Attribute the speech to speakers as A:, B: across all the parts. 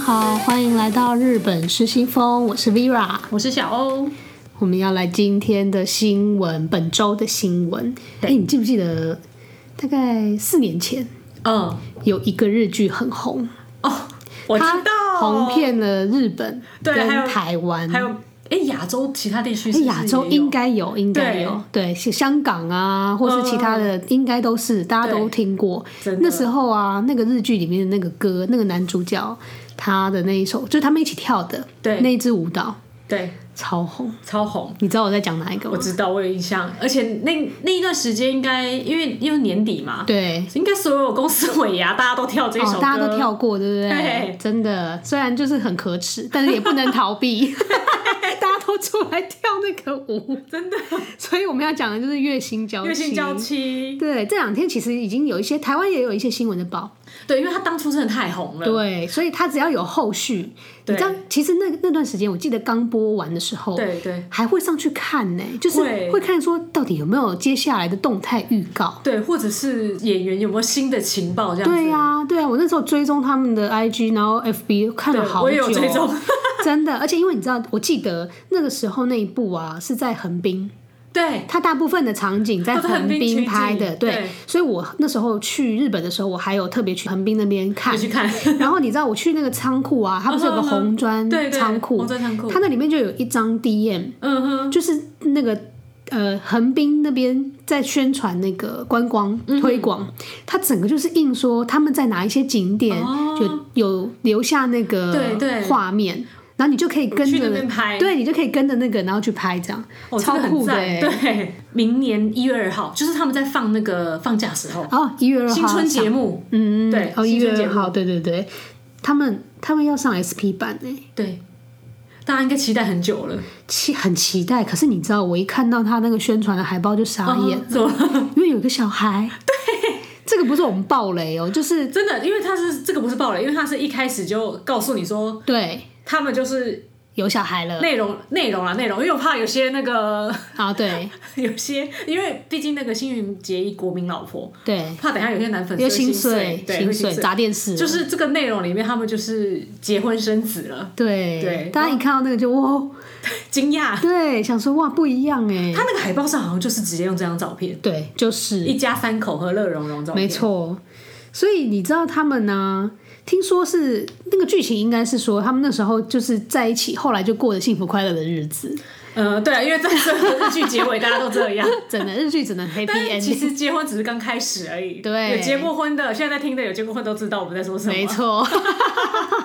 A: 好，欢迎来到日本失心疯，我是 Vera。
B: 我是小欧，
A: 我们要来今天的新闻，本周的新闻。哎、
B: 对
A: 你记不记得大概四年前
B: 嗯，
A: 有一个日剧很红，
B: 哦，我知
A: 它
B: 道
A: 红，遍了日本
B: 对还
A: 跟
B: 有
A: 台湾，
B: 还有哎，亚洲其他地区
A: 哎
B: 是不是
A: 亚洲
B: 也有
A: 应该有，应该有，对，是香港啊，或是其他的，应该都是大家都
B: 嗯对
A: 听过。
B: 真的
A: 那时候啊，那个日剧里面的那个歌，那个男主角他的那一首，就是他们一起跳的，
B: 对
A: 那一支舞蹈
B: 对
A: 超红。
B: 超红。
A: 你知道我在讲哪一个
B: 我
A: 吗？
B: 知道，我有印象，而且那那一段时间应该因为因为年底嘛，
A: 对，
B: 应该所有公司尾牙大家都跳这首
A: 哦
B: 歌，，
A: 大家都跳过，对不对
B: 对？
A: 真的，虽然就是很可耻， 但是也不能逃 避。大家都出来跳那个舞，
B: 真的
A: 所以我们要讲的就是月薪娇妻。
B: 月薪娇妻，
A: 对，这两天其实已经有一些台湾也有一些新闻的报，
B: 对，因为他当初真的太红了，
A: 对，所以他只要有后续，你
B: 对
A: 知道，其实那那段时间，我记得刚播完的时候，
B: 对对
A: 还会上去看呢、就是
B: 会
A: 会看说到底有没有接下来的动态预告。
B: 对，或者是演员有没有新的情报这样子，
A: 对呀、对啊呀、我那时候追踪他们的 IG，然后 FB 看了
B: 对
A: 好久，哦
B: 我也有追踪
A: 真的。而且因为你知道，我记得那个时候那一部啊是在横滨，
B: 对
A: 它大部分的场景在
B: 都在横滨取
A: 滨
B: 景
A: 拍的，对。
B: 对
A: 所以我那时候去日本的时候，我还有特别去横滨那边看
B: 你，去看，
A: 然后你知道我去那个仓库啊，它不是
B: 嗯
A: 有个红砖
B: 对对
A: 仓库
B: 红，砖仓库
A: 它那里面就有一张 DM，
B: 嗯哼，
A: 就是那个呃横滨那边在宣传那个观光推广，它整个就是印说他们在哪一些景点
B: 哦
A: 有有留下那个
B: 对对
A: 画面。然后你就可以跟
B: 去
A: 着
B: 那边拍
A: 对你就可以跟着那个，然后去拍这样，
B: 哦，
A: 超
B: 真的
A: 酷
B: 很
A: 的、
B: 赞！
A: 欸。
B: 对，明年一月二号，就是他们在放那个放假时候，
A: 哦，一月二号
B: 新春节目，
A: 嗯，
B: 对
A: 哦，一
B: 新
A: 月
B: 春节
A: 二
B: 目
A: 号，对对对，他们他们要上 SP 版哎、
B: 对，大家应该期待很久了。
A: 期很期待，可是你知道，我一看到他那个宣传的海报就傻眼，
B: 嗯，怎么？
A: 因为有一个小孩。对，这个不是我们暴雷哦，就是
B: 真的，因为他是这个不是爆雷，因为他是一开始就告诉你说
A: 对
B: 他们就是
A: 有小孩了
B: 内容内容啊啦内容，因为我怕有些那个
A: 啊，对
B: 有些，因为毕竟那个星云结衣国民老婆，
A: 对，
B: 怕等一下有些男粉
A: 因为
B: 丝
A: 心
B: 心
A: 碎
B: 对，会
A: 碎
B: 碎，
A: 砸电视了，
B: 就是这个内容里面他们就是结婚生子了，
A: 对
B: 对
A: 大家一看到那个就哇，
B: 惊讶。
A: 对，想说哇不一样哎，
B: 他那个海报上好像就是直接用这张照片。
A: 对，就是
B: 一家三口和乐融融照片
A: 没，错。所以你知道他们呢、听说是那个剧情应该是说他们那时候就是在一起，后来就过着幸福快乐的日子。
B: 呃，对，因为在这个日剧结尾大家都 这样。
A: 真的日剧只能 happy
B: 但是
A: ending。
B: 其实结婚只是刚开始而已。
A: 对
B: 有结过婚的，现在在听的有结过婚都知道我们在说什么。
A: 没错。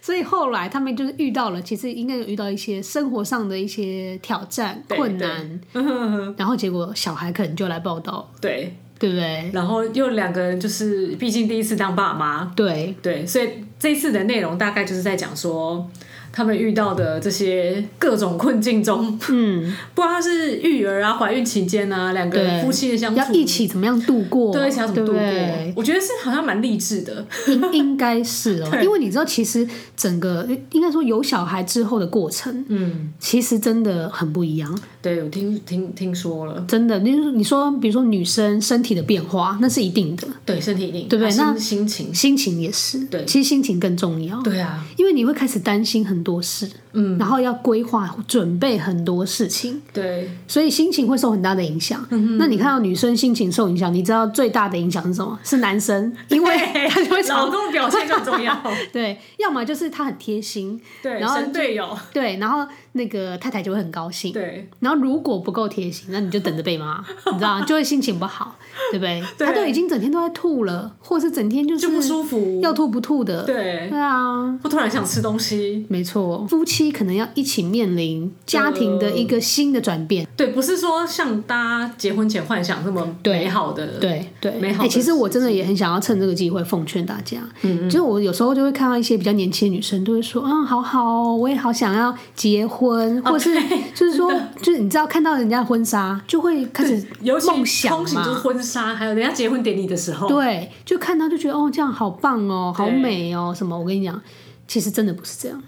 A: 所以后来他们就是遇到了，其实应该有遇到一些生活上的一些挑战、
B: 对
A: 困难，
B: 嗯，
A: 然后结果小孩可能就来报道，
B: 对。
A: 对不对？
B: 然后又两个人就是，毕竟第一次当爸妈，
A: 对，
B: 对，所以这次的内容大概就是在讲说他们遇到的这些各种困境中，
A: 嗯，
B: 不管是育儿啊、怀孕期间啊，两个
A: 对，
B: 人夫妻的相处，
A: 要一起怎么样度过？
B: 对一起要怎么度过
A: 对不对？
B: 我觉得是好像蛮励志的。
A: 应应该是哦，
B: 对
A: 因为你知道，其实整个应该说有小孩之后的过程，
B: 嗯，
A: 其实真的很不一样。
B: 对，我听听听说了，
A: 真的，你你说，比如说女生身体的变化，那是一定的，
B: 对身体一定，
A: 对不对
B: 啊心
A: 那
B: 心情，
A: 心情也是。
B: 对
A: 其实心情更重要。
B: 对啊，
A: 因为你会开始担心很多事，
B: 嗯，
A: 然后要规划、准备很多事情，
B: 对，
A: 所以心情会受很大的影响。
B: 嗯
A: 那你看到女生心情受影响，你知道最大的影响是什么？是男生，因为他就会吵。
B: 老公表现就很重要，
A: 对，要么就是他很贴心，
B: 对，
A: 然后
B: 神队友，
A: 对，然后那个太太就会很高兴。
B: 哦对
A: 然后如果不够贴心，那你就等着被 骂，你知道吗？就会心情不好，对不对？
B: 对
A: 他都已经整天都在吐了，或是整天就
B: 就不
A: 是
B: 舒服，
A: 要吐不吐的。
B: 对，
A: 对啊，
B: 我突然想吃东西，
A: 没错，夫妻可能要一起面临家庭的一个新的转变。
B: 对，不是说像大家结婚前幻想那么
A: 对
B: 美好的，
A: 对对，
B: 呃美好
A: 哎
B: 的
A: 其实
B: 事
A: 我真的也很想要趁这个机会奉劝大家，嗯就是我有时候就会看到一些比较年轻的女生，都会说，嗯，好好哦，我也好想要结婚，
B: 哦
A: 或是 就是说，就是你知道看到人家的婚纱，就会开始
B: 尤其
A: 梦想
B: 通行就是
A: 嘛。
B: 婚纱，还有人家结婚典礼的时候，
A: 对，就看到就觉得哦，这样好棒哦，好
B: 对
A: 美哦，什么？我跟你讲，其实真的不是 这样，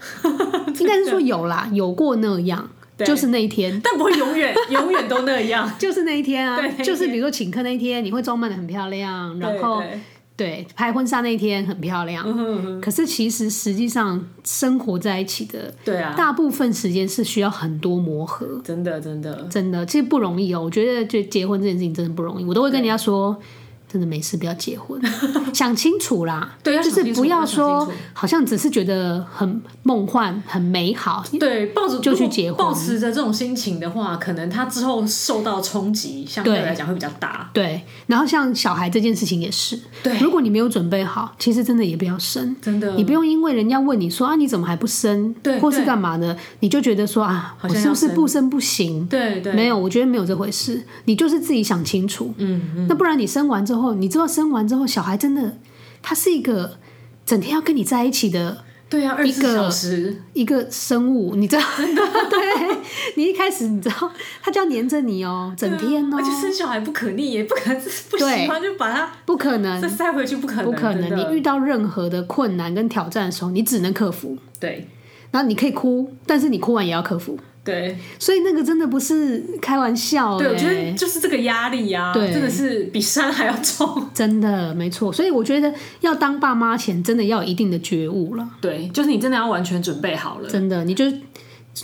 A: 应该是说有啦，有过那样，
B: 对
A: 就是那一天，
B: 但不会永远永远都那样，
A: 就是那一天啊
B: 对那一，天
A: 就是比如说请客那一天，你会装扮的很漂亮，
B: 对嗯
A: 然后
B: 对
A: 对，拍婚纱那一天很漂亮，可是其实实际上生活在一起的，
B: 对啊，
A: 大部分时间是需要很多磨合，
B: 真的真的，
A: 真的，其实不容易哦。我觉得就结婚这件事情真的不容易，我都会跟人家说，真的没事不要结 婚，想清楚啦，
B: 对要
A: 就
B: 想
A: 是
B: 清楚
A: 不
B: 要
A: 要
B: 想
A: 说
B: 清楚
A: 好像只是觉得很梦幻、很美好，
B: 对，抱着
A: 哦就去
B: 如果
A: 结婚
B: 抱持着这种心情的话，可能他之后受到冲击相对来讲会比较大。
A: 对。然后像小孩这件事情也是，
B: 对
A: 如果你没有准备好，其实真的也不要生，
B: 真的，
A: 你不用因为人家问你说啊你怎么还不生，
B: 对
A: 或是
B: 对
A: 干嘛的，你就觉得说啊
B: 好
A: 我
B: 像
A: 是不
B: 要
A: 是
B: 生
A: 不生不行？
B: 对对，
A: 没有，我觉得没有这回事，你就是自己想清楚。
B: 嗯，
A: 那不然你生完之后，你知道生完之后小孩真的他是一个整天要跟你在一起的
B: 对啊，二
A: 一
B: 十
A: 个
B: 四小时，
A: 一个生物，你知道？ 对，你一开始你知道他就要黏着你哦，整天哦
B: 而，且生小孩不可逆耶，也不可能 不
A: 对
B: 喜欢就把他
A: 不可能
B: 再。塞回去，不可能，
A: 不可
B: 真的
A: 能，你遇到任何的困难跟挑战的时候，你只能克服。
B: 对
A: 然后你可以哭，但是你哭完也要克服。
B: 对
A: 所以那个真的不是开玩笑、欸，
B: 对，我觉得就是这个压力呀，
A: 对
B: 真的是比山还要重。
A: 真的没错。所以我觉得要当爸妈前，真的要有一定的觉悟了。
B: 对，就是你真的要完全准备好了。
A: 真的，你就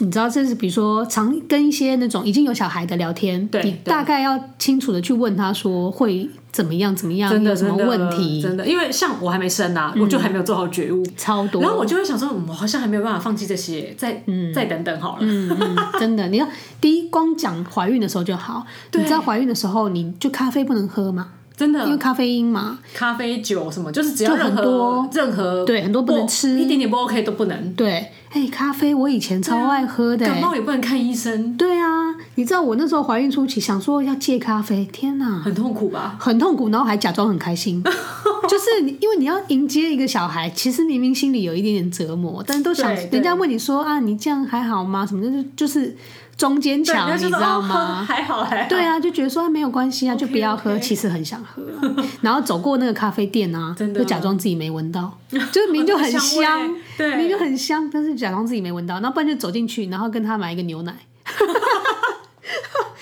A: 你知道，这是比如说常跟一些那种已经有小孩的聊天，
B: 对
A: 你
B: 对
A: 大概要清楚的去问他说会怎么样怎么样，
B: 真的
A: 有什么
B: 真的
A: 问题，嗯
B: 真的，因为像我还没生啊，我就还没有做好觉悟，
A: 超多
B: 然。后我就会想说，嗯，我好像还没有办法放弃这些，再、再等等好了。
A: 嗯嗯，真的，你要第一光讲怀孕的时候就好，你知道怀孕的时候你就咖啡不能喝嘛，
B: 真
A: 因为
B: 的，
A: 咖啡因嘛，
B: 咖啡、酒什么，就是只要
A: 就
B: 任
A: 很
B: 何
A: 多
B: 任何
A: 对很多不能吃
B: 一点点不 OK 都不能。
A: 对，哎、咖啡我以前超爱喝的、欸
B: 感冒也不能看医生，
A: 对啊，你知道我那时候怀孕初期想说要戒咖啡，天哪，
B: 很痛苦吧？
A: 很痛苦，然后还假装很开心， 就是你因为你要迎接一个小孩，其实明明心里有一点点折磨，但是都想
B: 对对
A: 人家问你说啊，你这样还好吗？什么的，就就是中间
B: 对，
A: 强，
B: 人
A: 你
B: 家就
A: 知
B: 说
A: 道
B: 哦
A: 吗？
B: 还好还好。
A: 对啊，就觉得说、啊、没有关系啊，就不要喝
B: OK，OK
A: 其实很想喝啊、 然后走过那个咖啡店啊，
B: 真的
A: 就假装自己没闻 到，就是明明就很
B: 香
A: 香
B: 味，对
A: 明明就很香，但是假装自己没闻到，然后不然就走进去，然后跟他买一个牛奶，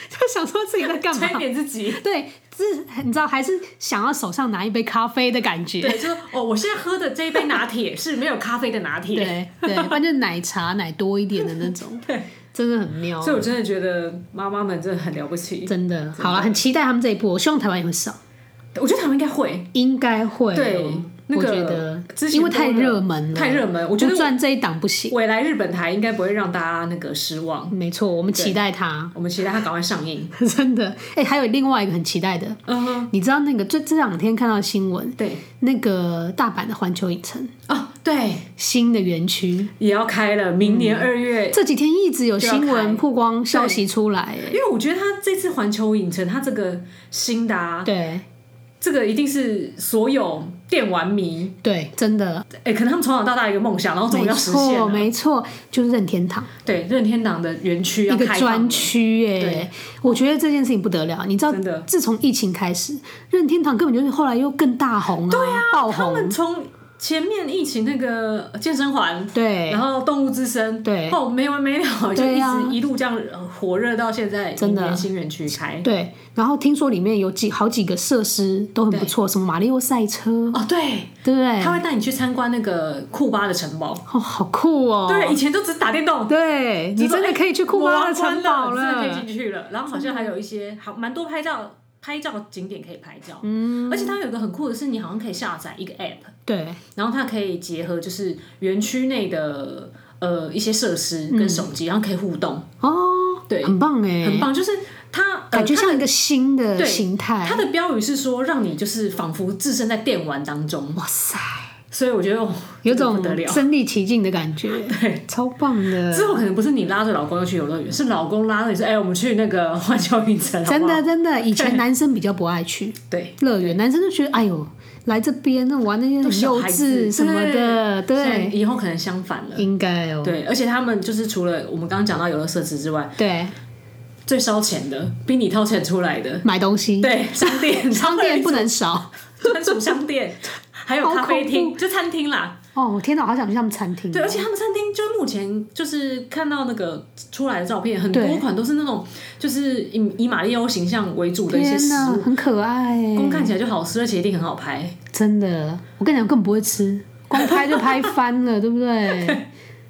A: 就想说自己在干
B: 催
A: 嘛？
B: 眠自 己。
A: 对，是你知道还是想要手上拿一杯咖啡的感觉，
B: 对，就是哦，我现在喝的这一杯拿铁是没有咖啡的拿铁，
A: 对对，不然就奶茶奶多一点的那种，
B: 对，
A: 真的很妙
B: 所，以我真的觉得妈妈们真的很了不起。
A: 真的。好了，很期待他们这一步，我希望台湾也会上。
B: 我觉得他们应该会，
A: 应该会哦、
B: 对那
A: 我
B: 个
A: 觉得
B: 之，前
A: 因为太
B: 多的
A: 热门了，
B: 太热门我觉
A: 不
B: 得我
A: 赚这一档不行。
B: 未来日本台应该不会让大家那个失望。
A: 没错，我们期待它，
B: 我们期待它赶快上映。
A: 真的。哎、还有另外一个很期待的，
B: 嗯哼，
A: 你知道那个这这两天看到新闻，
B: 对，
A: 那个大阪的环球影城
B: 哦，对，
A: 新的园区，
B: 也要开了，明年二月。
A: 这几天一直有新
B: 就要开
A: 闻曝光消息出来，哎
B: 因为我觉得它这次环球影城，它这个新的、啊，
A: 对
B: 这个一定是所有电玩迷，
A: 对，真的，
B: 哎、可能他们从小到大一个梦想，然后终于
A: 没
B: 要实现
A: 错
B: 了。
A: 没错，就是任天堂。
B: 对，任天堂的园区要
A: 一个
B: 开放
A: 专
B: 了，
A: 区哎
B: 对，
A: 我觉得这件事情不得了。你知道
B: 真的，
A: 自从疫情开始，任天堂根本就是后来又更大红啊，对啊，爆
B: 他
A: 红，
B: 们从前面疫情那个健身环。
A: 对
B: 然，后动物之声，
A: 对
B: 后没完没了，就
A: 对
B: 一
A: 啊
B: 直一路这样呃火热到现在，
A: 真的
B: 明年新园区开，
A: 对。然后听说里面有几好几个设施都很不错，什么马里奥赛车，
B: 哦，对，
A: 对不对
B: 他？会带你去参观那个库巴的城堡。
A: 哦，好酷哦！
B: 对，以前都只是打电动，哎
A: 对，你真的可以去库巴的城堡
B: 我玩完了，真的可以
A: 了，
B: 进去了。然后好像还有一些好蛮多拍照拍照景点可以拍照，嗯，而且它有一个很酷的是，你好像可以下载一个 app，
A: 对，
B: 然后它可以结合就是园区内的呃一些设施
A: 嗯
B: 跟手机，然后可以互动，
A: 哦，
B: 对
A: 很棒哎，
B: 很棒。就是它呃
A: 感觉
B: 它
A: 像一个新的
B: 对
A: 形态
B: 它。的标语是说让你就是仿佛置身在电玩当中，
A: 哇塞，
B: 所以我觉得哦
A: 有
B: 这个
A: 种
B: 不得了。
A: 身临其境的感 觉，对，超棒的。
B: 之后可能不是你拉着老公要去游乐园，是老公拉着你说：“哎、我们去那个环球影城。”
A: 真
B: 好
A: 的真 的，以前男生比较不爱去
B: 不好，对，
A: 乐园，男生就觉得哎呦，来这边那玩那些很
B: 小
A: 幼
B: 孩
A: 稚
B: 子
A: 什么的，
B: 现在
A: 对，
B: 以后可能相反了。
A: 应该哦，
B: 对，而且他们就是除了我们刚刚讲到游乐设施之外，
A: 对，
B: 最烧钱的，逼你掏钱出来的，
A: 买东西，
B: 对，商 店、
A: 商店不能少。
B: 专属商店，还有
A: 好
B: 咖啡
A: 恐
B: 厅，就餐厅啦。
A: 哦，天哪，好想去他们餐厅。
B: 对，而且他们餐厅就目前就是看到那个出来的照片，很
A: 对
B: 多款都是那种就是以以马里奥形象为主的一些
A: 天
B: 食
A: 哪，
B: 物，
A: 很可爱。
B: 光看起来就好吃，而且一定很好拍。
A: 真的，我跟你讲，我根本不会吃，光拍就拍翻 了，对不对？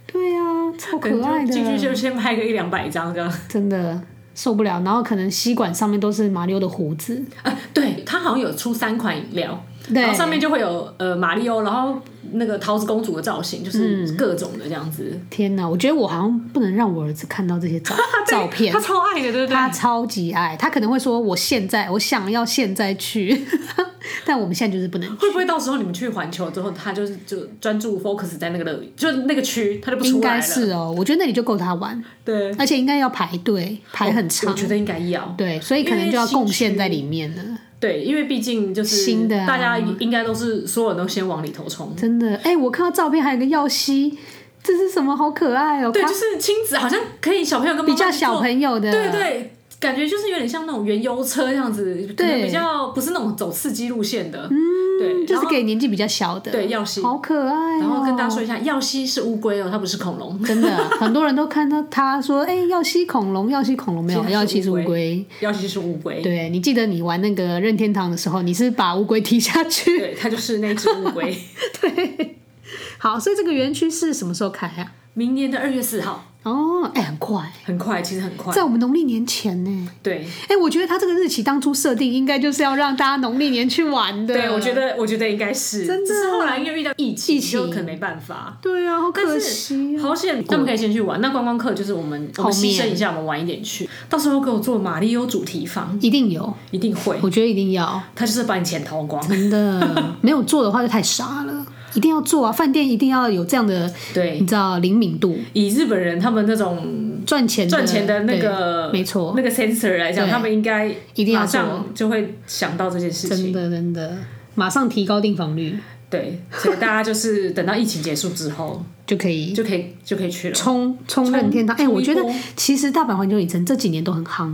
A: 对呀、啊，超
B: 可能
A: 可爱
B: 就
A: 的，
B: 进去就先拍个一两百张这样。
A: 真的受不了。然后可能吸管上面都是马里奥的胡子，
B: 啊，对，它好像有出三款饮料，
A: 对
B: 然后上面就会有呃马里奥，然后那个桃子公主的造型，就是各种的这样子。
A: 天哪！我觉得我好像不能让我儿子看到这些 照照片
B: 他，超爱的，对不对？
A: 他超级爱，他可能会说我现在我想要现在去， 但我们现在就是不能，
B: 会不会到时候你们去环球之后，他就是就专注 focus 在那个乐园，就是那个区，他就不
A: 应
B: 出来
A: 该
B: 了？
A: 是哦，我觉得那里就够他玩，
B: 对，哦
A: 而且应该要排队，排很
B: 我
A: 长，
B: 觉得应该要。
A: 对，所以可能就要贡献在里面了。
B: 对，因为毕竟就是
A: 新的啊
B: 大家应该都是所有人都先往里头冲。
A: 真的，哎、我看到照片还有个耀西，这是什么？好可爱哦、
B: 对，
A: 它
B: 就是亲子好像可以小朋友跟妈妈
A: 比较
B: 去
A: 小
B: 做
A: 朋友的，
B: 对对，感觉就是有点像那种原油车这样子，可能
A: 对
B: 比较不是那种走刺激路线的，嗯，对，
A: 就
B: 然
A: 是
B: 后
A: 给年纪比较小的，
B: 对耀西
A: 好可爱、哦
B: 然后跟大家说一下，耀西是乌龟哦，它不是恐龙，
A: 真的，很多人都看到他说，哎、耀西恐龙，耀西恐龙没有，
B: 其实它是
A: 耀西是乌
B: 乌
A: 龟。
B: 耀西是乌龟，
A: 对你记得你玩那个任天堂的时候，你是把乌龟踢下去。
B: 对，它就是那只乌龟。
A: 好，所以这个园区是什么时候开啊？
B: 明年的二月四号，
A: 哦，哎、很快，
B: 很快，其实很快，
A: 在我们农历年前呢。
B: 对。
A: 哎、我觉得他这个日期当初设定应该就是要让大家农历年去玩的。
B: 对，我觉得，我觉得应该是，
A: 真的啊
B: 只是后来因为遇到疫情，
A: 疫情
B: 就可能没办法。
A: 对啊，好可
B: 但
A: 惜
B: 是
A: 啊。
B: 好险，他们可以先去玩。那观光客就是我们，我们
A: 后面
B: 牺牲一下，我们晚一点去。到时候给我做马里欧主题房，
A: 一定有，
B: 一定会。
A: 我觉得一定要，
B: 他就是把你钱掏光。
A: 真 的没有做的话就太傻了，一定要做啊！饭店一定要有这样的，
B: 对
A: 你，知道灵敏度，
B: 以日本人他们那种
A: 赚钱
B: 赚钱的那
A: 对
B: 个
A: 没错，
B: 那个 sensor 来讲，
A: 对
B: 他们应该
A: 一定要
B: 马
A: 做
B: 上就会想到这件事
A: 真
B: 情。
A: 的真的，马上提高订房率
B: 对，所以大家就是等到疫情结束之 后，
A: 就可以
B: 就可以就可以去了。
A: 冲冲任天堂。哎、
B: 冲一
A: 我觉得
B: 波
A: 其实大阪环球影城这几年都很夯，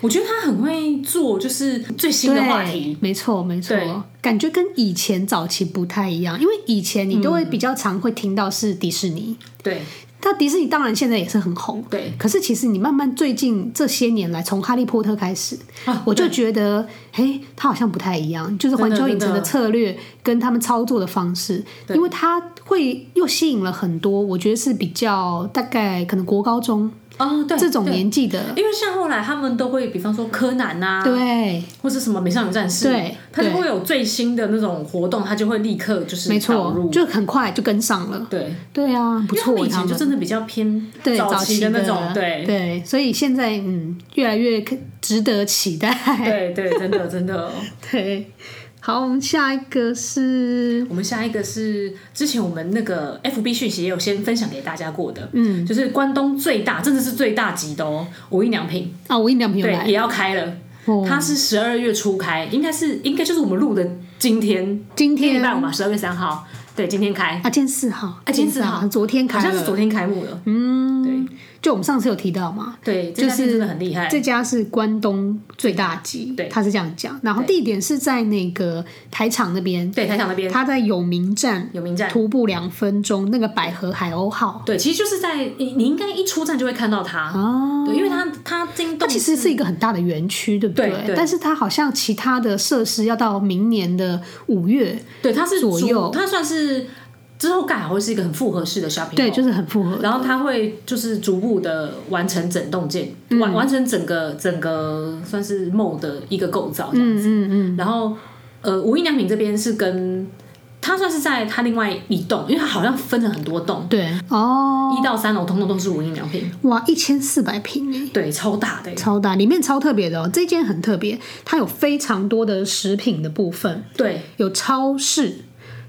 B: 我觉得他很会做，就是最新的话题。
A: 对没错没错
B: 对，
A: 感觉跟以前早期不太一样，因为以前你都
B: 嗯
A: 会比较常会听到是迪士尼，
B: 对
A: 那迪士尼当然现在也是很红，
B: 对
A: 可是其实你慢慢最近这些年来，从《哈利波特》开始，
B: 啊，
A: 我就觉得，哎，它好像不太一样，就是环球影城的策略跟他们操作的方式，因为它会又吸引了很多，我觉得是比较大概可能国高中
B: 哦对
A: 这种
B: 对
A: 年纪的，
B: 因为像后来他们都会，比方说柯南呐、啊，
A: 对，
B: 或是什么美少女战士，
A: 对
B: 他就
A: 对
B: 会有最新的那种活动，他就会立刻就是
A: 没
B: 导
A: 错
B: 入，
A: 就很快就跟上了，
B: 对，
A: 对啊，不
B: 因为他
A: 错，
B: 们以
A: 他
B: 前就
A: 们
B: 真的比较偏
A: 对早
B: 期的那种，
A: 对对，所以现在嗯，越来越可值得期待，
B: 对对，真的真的。
A: 对。好，我们下一个是
B: 我们下一个是之前我们那个 FB 讯息也有先分享给大家过的，嗯，就是关东最大，真的是最大级的哦，无印良品，
A: 啊，无印良品有
B: 对，
A: 来
B: 也要开了。
A: 哦，
B: 它是十二月初开，应该是应该就是我们录的今天，
A: 今
B: 礼
A: 天
B: 拜五吧，十二月三号，对，今天开，
A: 啊，今天四号，
B: 啊今天四号
A: 昨天
B: 好
A: 开
B: 像是
A: 了，
B: 昨天开幕的，嗯，
A: 就我们上次有提到嘛，
B: 对对，这家
A: 就是
B: 店真的很厉害，
A: 这家是关东最大集，
B: 对
A: 他是这样讲，然后地点是在那个台场那边，
B: 对，台场那边
A: 他在永明站
B: 有名站，
A: 徒步两分钟，那个百合海鸥号
B: 对，其实就是在你你应该一出站就会看到它，
A: 啊。
B: 对，因为它它京
A: 它
B: 东
A: 其实是一个很大的园区，对不
B: 对对
A: 但是它好像其他的设施要到明年的五月，
B: 对，它是
A: 左
B: 主
A: 右
B: 它算是之后盖好会是一个很复合式的 shopping，
A: 对，
B: mall
A: 就是很符合。
B: 然后它会就是逐步的完成整栋建，
A: 嗯
B: 完完成整个整个算是 mall 的一个构造这样子。嗯嗯然后呃，无印良品这边是跟它算是在它另外一栋，因为它好像分成很多栋，
A: 嗯对哦，
B: 一到三楼通通都是无印良品，
A: 哇，一千四百平哎，
B: 对，超大的欸。
A: 超大，里面超特别的哦。这间很特别，它有非常多的食品的部分，
B: 对
A: 有超市，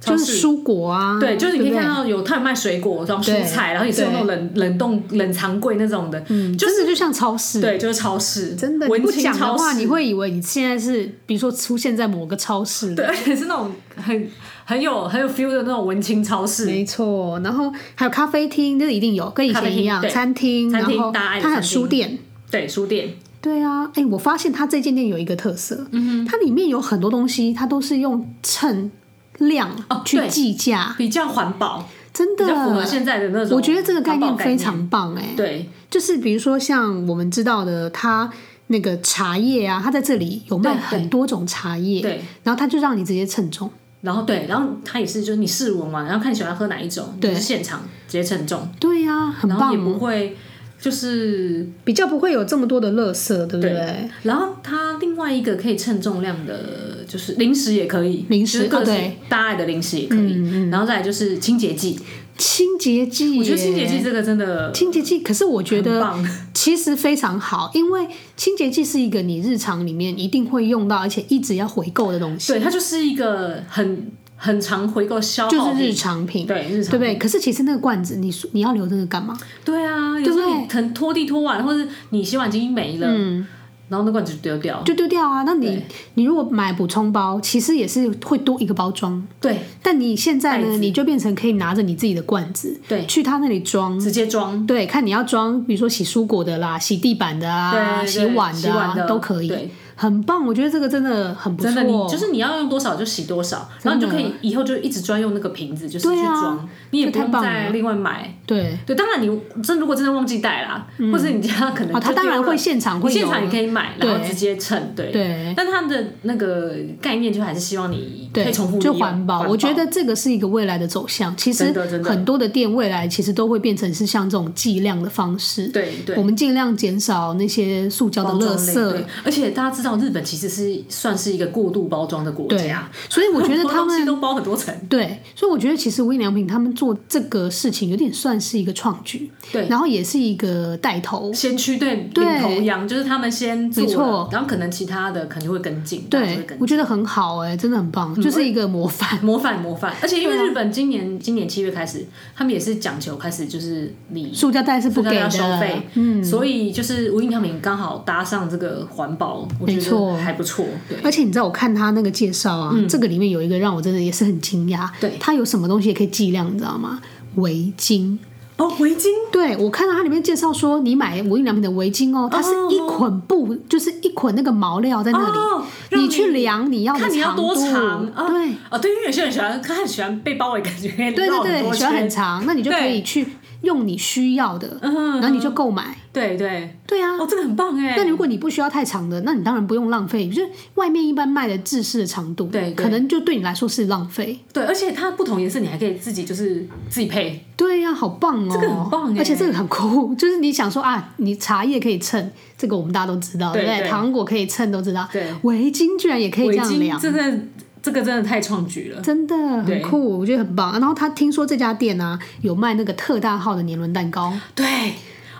B: 超
A: 就
B: 市
A: 是蔬果啊，
B: 对，就是你可以
A: 对不对
B: 看到有它有卖水果，然后蔬菜，然后也是有那种冷冷冻冷藏柜那种的，嗯，就
A: 真的就像超市。
B: 对，就是超市，
A: 真的，你
B: 文
A: 不
B: 青
A: 讲的
B: 超
A: 话，
B: 市
A: 你会以为你现在是，比如说出现在某个超市。
B: 对，而 且是那种很很有很有 feel 的那种文青超市，
A: 没错，然后还有咖啡厅，这一定有，跟以
B: 咖啡
A: 前
B: 厅
A: 一样，
B: 对
A: 餐厅，
B: 餐厅
A: 然后
B: 大家爱的
A: 它还有
B: 餐厅
A: 书店。
B: 对，书店，
A: 对啊，哎，我发现它这间店有一个特色，嗯、它里面有很多东西，它都是用称量
B: 哦
A: 去
B: 对
A: 计价，
B: 比较环保，
A: 啊真
B: 比
A: 的
B: 较符合现在的那种环保。
A: 我觉得这个概念非常棒哎、
B: 对
A: 就是比如说像我们知道的，它那个茶叶啊，它在这里有卖
B: 对对
A: 很多种茶叶，
B: 对
A: 然后它就让你直接称重，
B: 然后对，然后它也是就是你试闻完，然后看你喜欢喝哪一种，
A: 对
B: 就是现场直接称重，
A: 对呀、很
B: 然后
A: 棒
B: 也不
A: 哦，
B: 会就是，
A: 比较不会有这么多的垃圾，对不
B: 对
A: 对？
B: 然后它另外一个可以称重量的，就是零食也可以，
A: 零食
B: 就是各式
A: 哦对嗯
B: 大爱的零食也可以，然后再来就是清洁剂，
A: 清洁剂耶，
B: 我觉得清洁剂这个真的
A: 清洁剂，可是我觉
B: 很
A: 得
B: 棒
A: 其实非常好，因为清洁剂是一个你日常里面一定会用到，而且一直要回购的东西，
B: 对它就是一个很很常回购消耗
A: 就是
B: 品
A: 日常品，
B: 对日常
A: 对不对？可是其实那个罐子，你说你要留那个干嘛？
B: 对啊，有时候
A: 对
B: 你可能拖地拖完，或者你洗碗巾没了，
A: 嗯
B: 然后那罐子就丢掉。
A: 就丢掉啊。那你你如果买补充包，其实也是会多一个包装。
B: 对，
A: 但你现在
B: 袋
A: 呢，
B: 子
A: 你就变成可以拿着你自己的罐子，
B: 对
A: 去他那里装。
B: 直接装。
A: 对，看你要装，比如说洗蔬果的啦，洗地板的啊，
B: 对对
A: 洗碗
B: 洗碗
A: 啊，
B: 的
A: 都可以
B: 对，
A: 很棒。我觉得这个真的很不错。哦
B: 真的，你就是你要用多少就洗多少，然后你就可以以后就一直专用那个瓶子，就是
A: 对
B: 去
A: 啊
B: 装，你也
A: 这
B: 不
A: 太
B: 用
A: 棒
B: 再
A: 了
B: 另外买。
A: 对，嗯
B: 对，当然你真如果真的忘记带啦，或者你家可能
A: 哦，他
B: 就
A: 当然
B: 丢了
A: 会现场会
B: 你
A: 有
B: 现场也可以买，然后
A: 对
B: 直接称。对，
A: 对
B: 但它的那个概念就还是希望你可
A: 对
B: 以重复利
A: 就
B: 用
A: 环保。我觉得这个是一个未来的走向。其实
B: 真的真的
A: 很多的店未来其实都会变成是像这种计量的方式。
B: 对对
A: 我。们尽量减少那些塑胶的
B: 包装
A: 垃
B: 类
A: 圾
B: 对。而且大家知道，日本其实是算是一个过度包装的国
A: 对啊
B: 家，，
A: 所以我觉得他
B: 很多东西
A: 们
B: 都包很多层。
A: 对，所以我觉得其实无印良品他们做这个事情有点算是一个创举，
B: 对，
A: 然后也是一个带头。
B: 先驱对领
A: 对
B: 头羊，就是他们先做了，
A: 没错
B: 然后可能其他的可能就会跟进，大家就会
A: 对
B: 跟，进
A: 我觉得很好哎、真的很
B: 嗯
A: 棒，就是一个模范。
B: 模范模范。而且因为
A: 对啊
B: 日本今年、今年七月开始，他们也是讲求开始就是你
A: 塑胶袋是不
B: 塑
A: 给
B: 料要
A: 的，
B: 收费，嗯，所以就是无印良品刚好搭上这个环保，我觉
A: 没错
B: 得还不错，对。
A: 而且你知道，我看他那个介绍啊，这个里面有一个让我真的也是很惊讶，
B: 嗯对
A: 它有什么东西也可以计量，你知道吗？围巾。
B: 哦，围巾，
A: 对，我看到它里面介绍说，你买无印良品的围巾哦，它是一捆布，就是一捆那个毛料在那里，
B: 哦让
A: 你去量你要的
B: 看你要多
A: 度
B: 长啊？
A: 对。
B: 哦，对，因为有些人喜欢，他很喜欢被包围，感觉对
A: 对对对，喜欢很长，那你就可
B: 对嗯
A: 以去用你需要的，然后你就购买。
B: 对对，
A: 对啊，
B: 哦，这个很棒哎。
A: 那如果你不需要太长的，那你当然不用浪费。就是外面一般卖的制式的长度，
B: 对对
A: 可能就对你来说是浪费。
B: 对，而且它不同颜色，你还可以自己就是自己配。
A: 对呀、好棒哦！
B: 这个很棒欸
A: 而且这个很酷，就是你想说啊，你茶叶可以称，这个我们大家都知道，
B: 对
A: 不对？
B: 对
A: 糖果可以称，都知道。
B: 对，
A: 围巾居然也可以这
B: 围
A: 样
B: 巾
A: 量，
B: 真的，这个真的太创举了。
A: 真的很
B: 嗯对
A: 酷，我觉得很棒。然后他听说这家店啊有卖那个特大号的年轮蛋糕，
B: 对，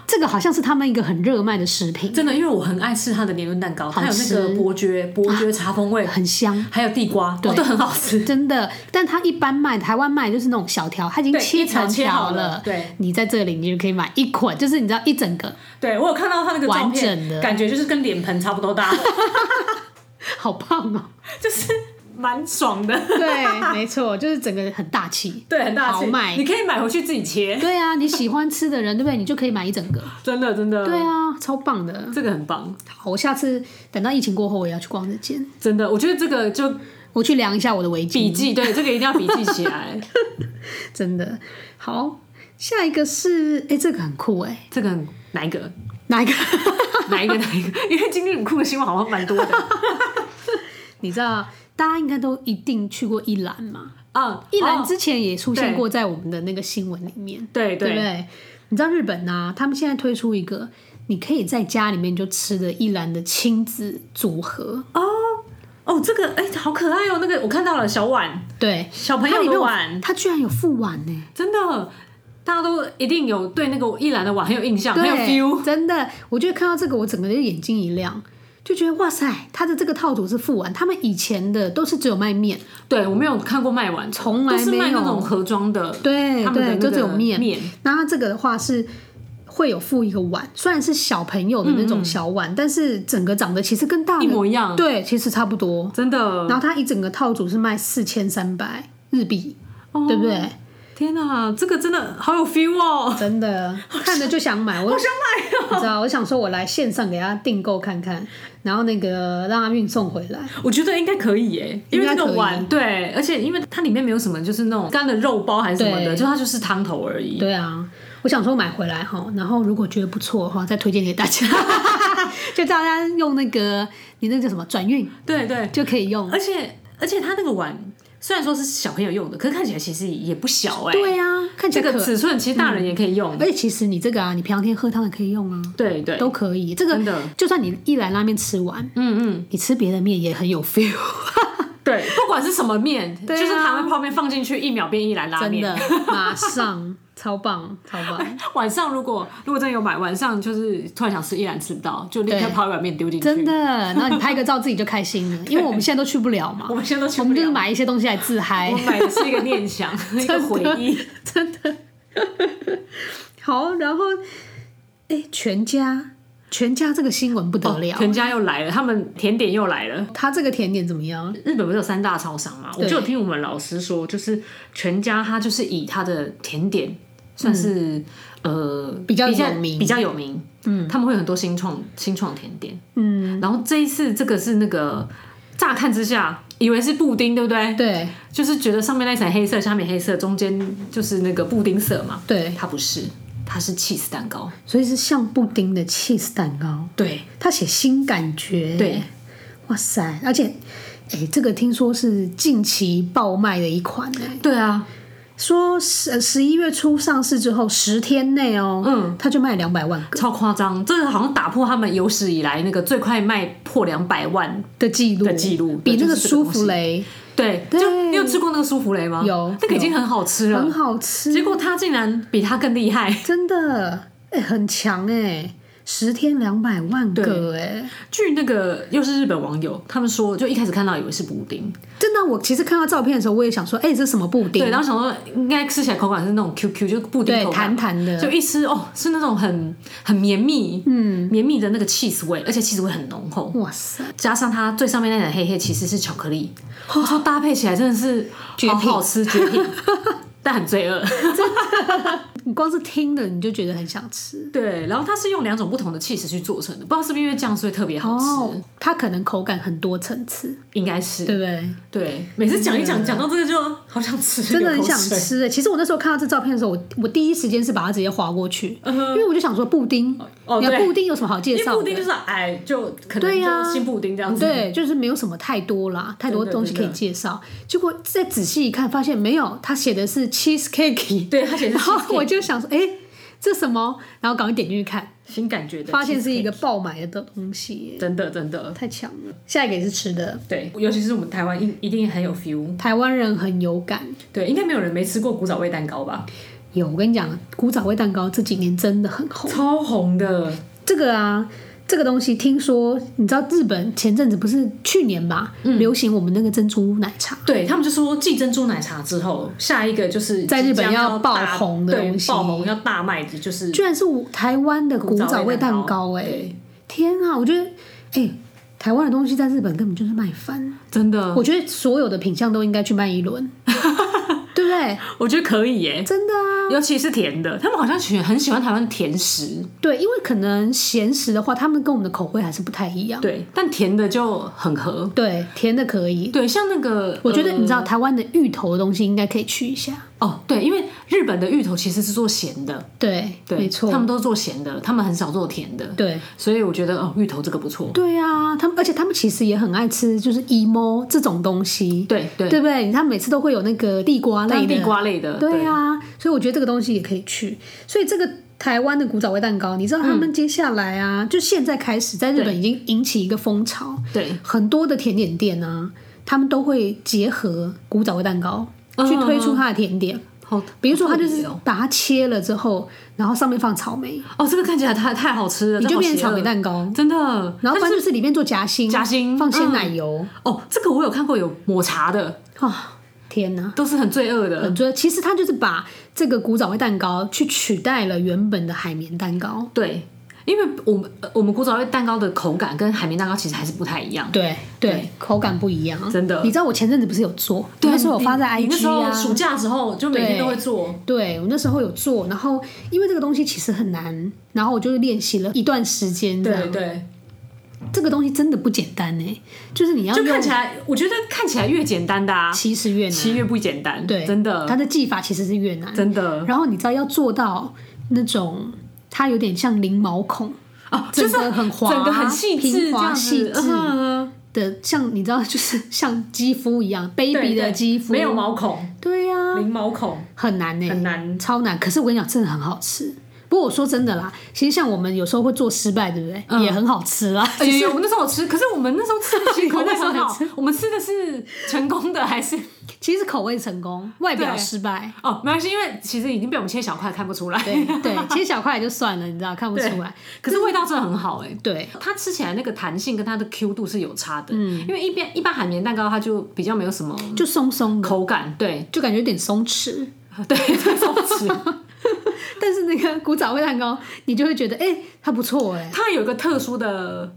A: 这个好像是他们一个很热卖的食品，
B: 真的，因为我很爱吃它的年轮蛋糕，
A: 好
B: 它有那个
A: 吃
B: 伯爵伯爵茶风味，
A: 很香。
B: 还有地瓜，
A: 对
B: 哦，都很好吃。
A: 真的，但它一般卖台湾卖就是那种小条，它已经
B: 对
A: 切
B: 一条
A: 成
B: 切好
A: 条
B: 了对
A: 你在这里你就可以买一捆，就是你知道一整个，
B: 对我有看到它那个照
A: 完整
B: 片，
A: 的
B: 感觉就是跟脸盆差不多大，
A: 好棒哦！
B: 就是蛮爽的。
A: 对，没错，就是整个很大气，
B: 对，很大
A: 好
B: 气，
A: 买
B: 你。可以买回去自己切，
A: 对啊，你喜欢吃的人，对不对？你就可以买一整个。
B: 真的真的，
A: 对啊，超棒的。
B: 这个很棒，
A: 好，我下次等到疫情过后，我也要去逛这间，
B: 真的，我觉得这个就
A: 我去量一下我的围
B: 笔
A: 巾。
B: 记，对，这个一定要笔记起来，
A: 真的好，下一个是，哎、这个很酷哎、
B: 这个很哪一个？
A: 哪一个？
B: 哪一个哪一个？因为今天很酷的新闻好像蛮 多的
A: 你知道，大家应该都一定去过一兰嘛？
B: 啊。
A: 一兰
B: 哦
A: 之前也出现过在我们的那个新闻里面，
B: 对
A: 对不
B: 对
A: 对？你知道日本呐、他们现在推出一个你可以在家里面就吃的一兰的亲子组合，
B: 哦，这个哎、好可爱哦，那个我看到了小碗，
A: 对，
B: 小朋
A: 它里面
B: 友的
A: 有
B: 碗，
A: 它居然有副碗呢、
B: 真的，大家都一定有对那个一兰的碗很有印象，很有
A: 对
B: feel。
A: 真的，我觉得看到这个，我整个就眼睛一亮，就觉得哇塞，它的这个套组是副碗，他们以前的都是只有卖面，
B: 对我没有看过卖碗，
A: 从来
B: 都是
A: 没
B: 卖那
A: 有
B: 种盒装的，
A: 对
B: 他们的
A: 对，
B: 那
A: 就
B: 个
A: 只有面。
B: 面，
A: 那它这个的话是会有附一个碗，虽然是小朋友的那种小碗，但是整个长得其实跟大
B: 一
A: 人
B: 模一样，
A: 对，其实差不多。
B: 真的。
A: 然后它一整个套组是卖四千三百日币，
B: 哦
A: 对不对？
B: 天哪、这个真的好有 feel 哦！
A: 真的看着就想买，我
B: 我想买哦。
A: 你知道，我想说我来线上给他订购看看，然后那个让他运送回来。
B: 我觉得应该可以耶，因为
A: 应该
B: 这
A: 可
B: 个
A: 以
B: 碗对，而且因为它里面没有什么，就是那种干的肉包还是什么的，
A: 对
B: 就它就是汤头而已。
A: 对啊，我想说买回来哈，然后如果觉得不错的话，再推荐给大家， 就大家用那个你那个叫什么转运
B: 对对，哎
A: 就可以用。
B: 而且而且它那个碗，虽然说是小朋友用的，可是看起来其实也不小哎、
A: 对啊，看起
B: 这
A: 来
B: 个
A: 可。
B: 尺寸其实大人也可以用。
A: 而且其实你这个啊，你平常天喝汤也可以用啊，
B: 对对，
A: 都可以。这
B: 真
A: 个
B: 的，
A: 就算你一兰拉面吃完，
B: 嗯嗯，
A: 你吃别的面也很有 feel，
B: 对，不管是什么面，
A: 对啊
B: 就是台湾泡面放进去一秒变一兰拉
A: 真
B: 面。
A: 的， 马上超棒，超棒，
B: 晚上如果如果真的有买，晚上就是突然想吃，依然吃不到，就立刻
A: 对
B: 泡一碗面丢进去。
A: 真的。然后你拍个照自己就开心了，因为我们现在都去不了嘛
B: 我，们现在都去
A: 我
B: 不
A: 们就是
B: 了，
A: 买一些东西来自嗨
B: 我。买的是一个 念想，一个回忆。
A: 好，然后，哎，全家，全家这个新闻不得了，
B: 哦全家又来了，他们甜点又来了。
A: 他这个甜点怎么样？
B: 日本不是有三大超商嘛？我
A: 对
B: 就有听我们老师说，就是全家它就是以它的甜点算是、呃
A: 嗯比较
B: 比较
A: 有名
B: 比较有名。嗯，他们会有很多新创新创甜点。
A: 嗯，
B: 然后这一次这个是那个乍看之下以为是布丁，对不对？
A: 对
B: 就是觉得上面那一层黑色，下面黑色，中间就是那个布丁色嘛。
A: 对，
B: 它不是，它是 cheese 蛋糕。
A: 所以是像布丁的 cheese 蛋糕，
B: 对
A: 他写新感觉，
B: 对，
A: 哇塞，而且。哎、这个听说是近期爆卖的一款哎、
B: 对啊，
A: 说十十一月初上市之后十天内哦，
B: 嗯，
A: 他就卖两百万个
B: 超夸张，这个好像打破他们有史以来那个最快卖破两百万。
A: 的记录，
B: 的记录
A: 比
B: 对
A: 那个
B: 就是这
A: 舒
B: 个东西
A: 芙蕾
B: 对，
A: 对
B: 就你有吃过那个舒芙蕾吗？
A: 有
B: 那个已经很好吃
A: 很
B: 了。
A: 好吃，
B: 啊结果它竟然比它更厉害。
A: 真的哎、很强哎、十天两百万个哎、
B: 据那个又是日本网友他们说，就一开始看到以为是布丁，
A: 真的，我其实看到照片的时候，我也想说，哎、这什么布
B: 对，
A: 丁？
B: 然后想说应该吃起来口感是那种 QQ，就是布丁
A: 对，
B: 口感
A: 弹
B: 嘛，
A: 弹的，
B: 就一吃哦，是那种很很绵密，嗯，绵密的那个 cheese 味，而且 cheese 味很浓厚，
A: 哇塞，
B: 加上它最上面那层黑黑其实是巧克力，然后搭配起来真的是
A: 绝
B: 好
A: 品
B: 好吃 绝品，但很罪恶。
A: 你光是听的你就觉得很想吃
B: 对，然后它是用两种不同的 cheese 去做成的，不知道是不是因为这样所以特别好吃，
A: 哦，它可能口感很多层次，
B: 应该是
A: 对不对？
B: 对每次讲一讲讲到这个就好想吃，
A: 真的很
B: 流口
A: 想
B: 水。
A: 吃、欸。其实我那时候看到这照片的时候，我我第一时间是把它直接划过去，因为我就想说布丁，
B: 嗯哦
A: 你看
B: 对
A: 布丁有什么好介
B: 因为
A: 绍
B: 布丁就
A: 的？
B: 是哎，就可能
A: 对呀
B: 就新布丁这样子，
A: 对，就是没有什么太多啦，太多
B: 真的
A: 东西可以
B: 真的
A: 介绍。结果再仔细一看，发现没有，它写的是 cheesecake，
B: 对，它写的
A: 然
B: 是
A: 后我就想说，哎、这什么？然后赶快点进去看，
B: 新感觉的 cheesecake，
A: 发现是一个爆买的东西耶、
B: 真的真的
A: 太强了。下一个也是吃的，
B: 对，尤其是我们台湾一一定很有 feel，
A: 台湾人很有感。
B: 对，应该没有人没吃过古早味蛋糕吧？
A: 有，我跟你讲，古早味蛋糕这几年真的很红。
B: 超红的，
A: 这个啊，这个东西听说，你知道日本前阵子不是去年吧，流行我们那个珍珠奶茶，
B: 对他们就说继珍珠奶茶之后，下一个就是
A: 在日本
B: 即将
A: 要
B: 要
A: 爆
B: 大
A: 红的
B: 对
A: 东西
B: 爆红要大卖的，就是
A: 居然是我台湾的古早味蛋糕、哎
B: 对，
A: 天啊，我觉得，哎、台湾的东西在日本根本就是卖翻，
B: 真的，
A: 我觉得所有的品相都应该去卖一 轮，对不对？
B: 我觉得可以耶，
A: 真的啊，
B: 尤其是甜的，他们好像喜很喜欢台湾的甜食，
A: 对，因为可能咸食的话，他们跟我们的口味还是不太一样。
B: 对，但甜的就很合，
A: 对，甜的可以，
B: 对，像那个
A: 我觉得
B: 呃
A: 你知道台湾的芋头的东西应该可以去一下。
B: 哦，对，因为日本的芋头其实是做咸的，
A: 对，
B: 对，
A: 没错，
B: 他们都做咸的，他们很少做甜的，
A: 对。
B: 所以我觉得哦，芋头这个不错，
A: 对啊，他们而且他们其实也很爱吃，就是 emo 这种东西，
B: 对对，
A: 不对？他们每次都会有那个地瓜类的，
B: 像地瓜类的，
A: 对啊，所以我觉得这个东西也可以去。所以这个台湾的古早味蛋糕，你知道他
B: 嗯
A: 们接下来啊，就现在开始在日本已经引起一个风潮，
B: 对，
A: 很多的甜点店啊，他们都会结合古早味蛋糕
B: 嗯
A: 去推出它的甜点。
B: 好，
A: 比如说，它就
B: 好特
A: 是
B: 别哦
A: 把它切了之后，然后上面放草莓，
B: 哦，这个看起来太太好吃了，
A: 你
B: 这
A: 就
B: 好
A: 变成
B: 邪
A: 草
B: 恶
A: 莓蛋糕。
B: 真的。
A: 然后不然就是里面做夹心，
B: 夹心
A: 放鲜
B: 嗯
A: 奶油，
B: 哦，这个我有看过有抹茶的，
A: 啊、天哪！
B: 都是很罪恶的。
A: 很多，其实它就是把这个古早味蛋糕去取代了原本的海绵蛋糕。
B: 对，因为我们呃我们古早味蛋糕的口感跟海绵蛋糕其实还是不太一样。
A: 对对，口感不一样，啊
B: 真的
A: 你知道我前阵子不是有做，我那时候有
B: 你
A: 发在
B: 你那
A: IG
B: 时候
A: 啊
B: 暑，假的时候就每天都会做。
A: 对我那时候有做，然后因为这个东西其实很难，然后我就练习了一段时间。这
B: 对
A: 样，
B: 对，
A: 这个东西真的不简单呢、就是你要
B: 就看
A: 用
B: 起来，我觉得看起来越简单的啊，
A: 其实越难，
B: 其实越不简单。
A: 对，
B: 真的
A: 它的技法其实是越难。
B: 真的
A: 然后你知道要做到那种，它有点像零毛孔，
B: 啊，
A: 整
B: 就
A: 个
B: 是
A: 很滑
B: 整个很细致
A: 平
B: 这
A: 滑
B: 样
A: 细
B: 子
A: 致。
B: 嗯嗯嗯
A: 的像你知道，就是像肌肤一样，baby 的肌肤
B: 没有，毛孔，
A: 对呀、
B: 零毛孔，
A: 很难呢、
B: 很难。
A: 超难。可是我跟你讲，真的很好吃。不过我说真的啦，其实像我们有时候会做失败，对不对？
B: 嗯
A: 也很好吃啊啦。
B: 哎呦，我们那时候有吃，可是我们那时候 吃的其实口味
A: 我
B: 很
A: 那时候
B: 好，我们吃的是成功的还是
A: 其实口味成功，外表
B: 对
A: 失败。
B: 哦？没关系，因为其实已经被我们切小块，看不出来。
A: 对对，切小块也就算了，你知道看不出来。
B: 可是味道真的很好哎、
A: 对，
B: 它吃起来那个弹性跟它的 Q 度是有差的，嗯，因为一边一般海绵蛋糕它就比较没有什么
A: 就松松的，
B: 口感，对
A: 就感觉有点松弛。
B: 对，松弛。
A: 但是那个古早味蛋糕，你就会觉得，哎、它不错哎、
B: 它有一个特殊的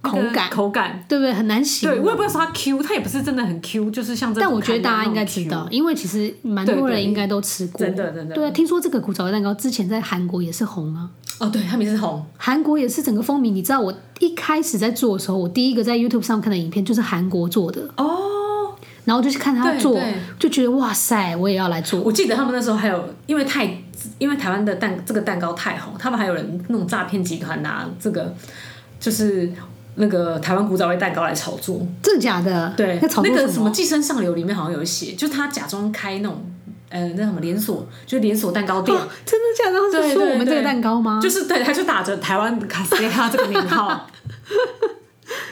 A: 口
B: 那个
A: 感
B: 口感。
A: 对不对？很难形
B: 对，
A: 容。
B: 我也不知道说它 Q，它也不是真的很 Q，就是像这种
A: 但我觉得
B: 看起来
A: 大家应该
B: 那种
A: 知
B: Q
A: 道，因为其实蛮多
B: 对
A: 人
B: 对
A: 应该都吃过。
B: 真的真的
A: 对啊，听说这个古早味蛋糕之前在韩国也是红啊，
B: 哦，对，它名字是红，
A: 韩国也是整个风靡。你知道，我一开始在做的时候，我第一个在 YouTube 上看的影片就是韩国做的
B: 哦。
A: 然后我就去看他
B: 对
A: 做
B: 对，
A: 就觉得哇塞，我也要来做。
B: 我记得他们那时候还有，因为太因为台湾的蛋这个蛋糕太红，他们还有人那种诈骗集团拿这个就是那个台湾古早味蛋糕来炒作。
A: 真的假的？
B: 对，
A: 要炒
B: 那
A: 作
B: 个
A: 什
B: 什么《寄生上流》里面好像有写，就是他假装开那种呃那什么连锁，就是连锁蛋糕店。
A: 啊 真的假的？他是
B: 对
A: 说
B: 对
A: 我们这个
B: 对
A: 蛋糕吗？
B: 就是对，他就打着台湾卡斯拉这个名 号，